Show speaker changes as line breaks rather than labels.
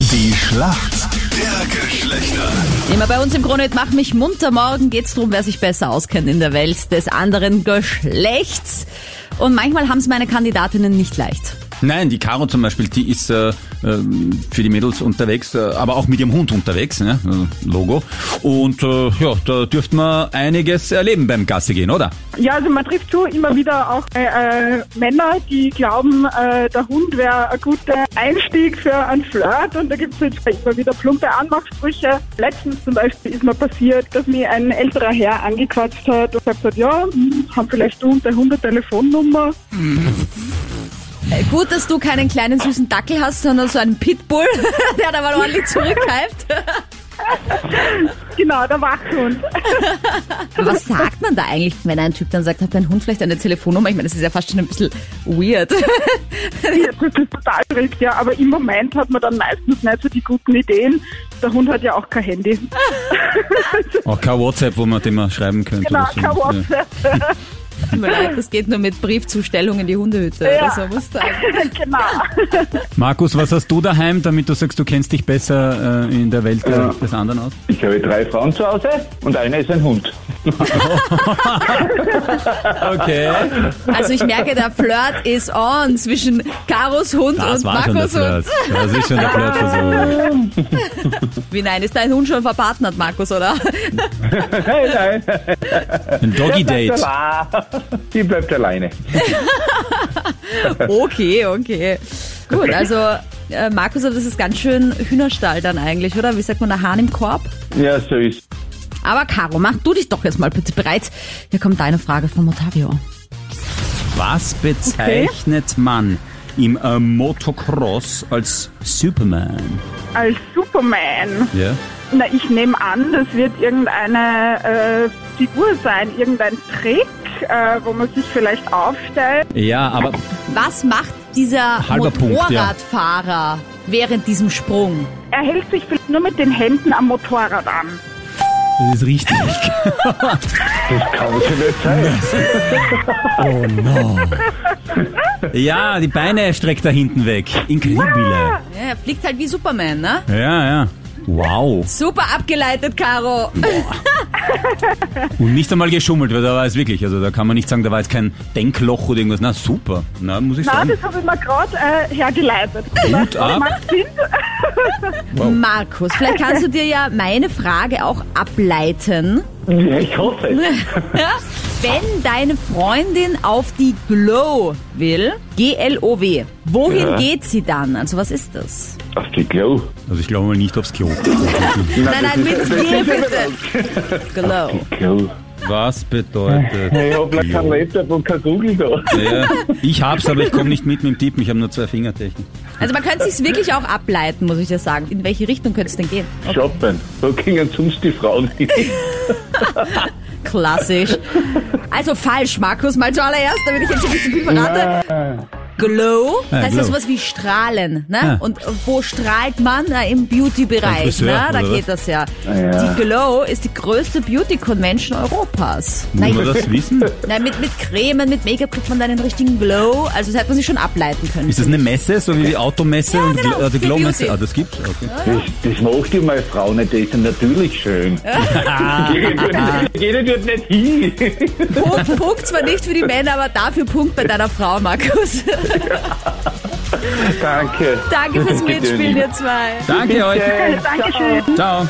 Die Schlacht der Geschlechter.
Immer bei uns im Grunde mach mich munter. Morgen geht's drum, wer sich besser auskennt in der Welt des anderen Geschlechts. Und manchmal haben es meine Kandidatinnen nicht leicht.
Nein, die Caro zum Beispiel, die ist äh, äh, für die Mädels unterwegs, äh, aber auch mit ihrem Hund unterwegs, ne? äh, Logo. Und äh, ja, da dürfte man einiges erleben beim Gasse gehen, oder?
Ja, also man trifft schon immer wieder auch äh, äh, Männer, die glauben, äh, der Hund wäre ein guter Einstieg für einen Flirt und da gibt es jetzt immer wieder plumpe Anmachsprüche. Letztens zum Beispiel ist mir passiert, dass mir ein älterer Herr angequatscht hat und gesagt hat, ja, hm, haben vielleicht du und der Hund eine Telefonnummer?
Äh, Gut, dass du keinen kleinen süßen Dackel hast, sondern so einen Pitbull, der da mal ordentlich zurückhalft.
Genau, der Wachhund.
Was sagt man da eigentlich, wenn ein Typ dann sagt, hat dein Hund vielleicht eine Telefonnummer? Ich meine, das ist ja fast schon ein bisschen weird.
Ja, Das ist total verrückt, ja, aber im Moment hat man dann meistens nicht so die guten Ideen. Der Hund hat ja auch kein Handy.
Auch Oh, kein WhatsApp, wo man dem mal schreiben könnte.
Genau,
oder so.
kein WhatsApp.
Tut mir leid, das geht nur mit Briefzustellung in die Hundehütte
Ja.
oder so. Muss da
Genau.
Ja. Markus, was hast du daheim, damit du sagst, du kennst dich besser äh, in der Welt
Ja.
äh, des anderen aus?
Ich habe drei Frauen zu Hause und eine ist ein Hund.
Okay.
Also ich merke, der Flirt is on zwischen Karos Hund
Das
und
war schon der
Markus Hund.
Flirt. Das ist schon der Flirtversuch.
Wie nein, ist dein Hund schon verpartnert, Markus, oder?
Nein, nein,
Ein Doggy-Date.
die bleibt alleine.
Okay, okay. Gut, also äh, Markus, das ist ganz schön Hühnerstall dann eigentlich, oder? Wie sagt man, der Hahn im Korb?
Ja, so ist.
Aber Caro, mach du dich doch jetzt mal bitte bereit. Hier kommt deine Frage von Ottavio.
Was bezeichnet man im äh, Motocross als Superman?
Als Superman.
Ja.
Na, ich nehme an, das wird irgendeine äh, Figur sein, irgendein Trick, äh, wo man sich vielleicht aufstellt.
Ja, aber
Was macht dieser
Halber Punkt, ja.
Motorradfahrer während diesem Sprung?
Er hält sich vielleicht nur mit den Händen am Motorrad an.
das ist richtig.
Das kann sie nicht sein.
Oh no. Ja, die Beine streckt er hinten weg. Incredibile.
Ja, er fliegt halt wie Superman, ne?
Ja, ja. Wow.
Super abgeleitet, Caro.
Und nicht einmal geschummelt, weil da war es wirklich. Also da kann man nicht sagen, da war jetzt kein Denkloch oder irgendwas. Na super. Na, muss ich
Na,
sagen.
das habe ich mir gerade äh, hergeleitet.
Hut ab.
Macht Sinn.
Markus, vielleicht kannst du dir ja meine Frage auch ableiten.
Ja, ich hoffe es.
Wenn deine Freundin auf die Glow will, G-L-O-W, wohin
Ja.
geht sie dann? Also was ist das?
Auf die Glow.
Also ich glaube mal nicht aufs Klo.
Nein, nein, mit G bitte. Glow.
Glow.
Was bedeutet
Ich habe noch keinen
Glow?
Laptop und kein Google da.
Ja, ich hab's, aber ich komme nicht mit mit dem Typen. Ich habe nur zwei Fingertechnik.
Also man könnte sich wirklich auch ableiten, muss ich dir sagen. In welche Richtung könnte es denn gehen?
Shoppen. Wo gingen sonst die Frauen hin?
Klassisch. Also falsch, Markus, mal zuallererst, damit ich jetzt nicht zu viel verrate. Glow,
Ja,
das ist ja
Glow.
sowas wie strahlen, ne?
Ja.
Und wo strahlt man? Na, Im
Beim
Beauty-Bereich,
Friseur,
ne? Da
oder
geht das ja.
ja.
Die Glow ist die größte Beauty-Convention Europas.
Muss man das wissen?
Na, mit, mit Cremen, mit Make-up kriegt man dann den richtigen Glow. Also das hätte man sich schon ableiten können.
Ist das eine Messe, so wie die Automesse
Ja,
und
genau,
Gl- äh, die
die
Glow-Messe?
Beauty.
Ah, das gibt's? Okay.
Das, das macht ja meine Frau nicht, das ist ja natürlich schön. Jeder wird nicht hin.
Punkt, Punkt zwar nicht für die Männer, aber dafür Punkt bei deiner Frau, Markus.
Danke.
Danke fürs
Bitte,
Mitspielen,
lieb.
ihr zwei.
Danke euch.
Dankeschön.
Ciao.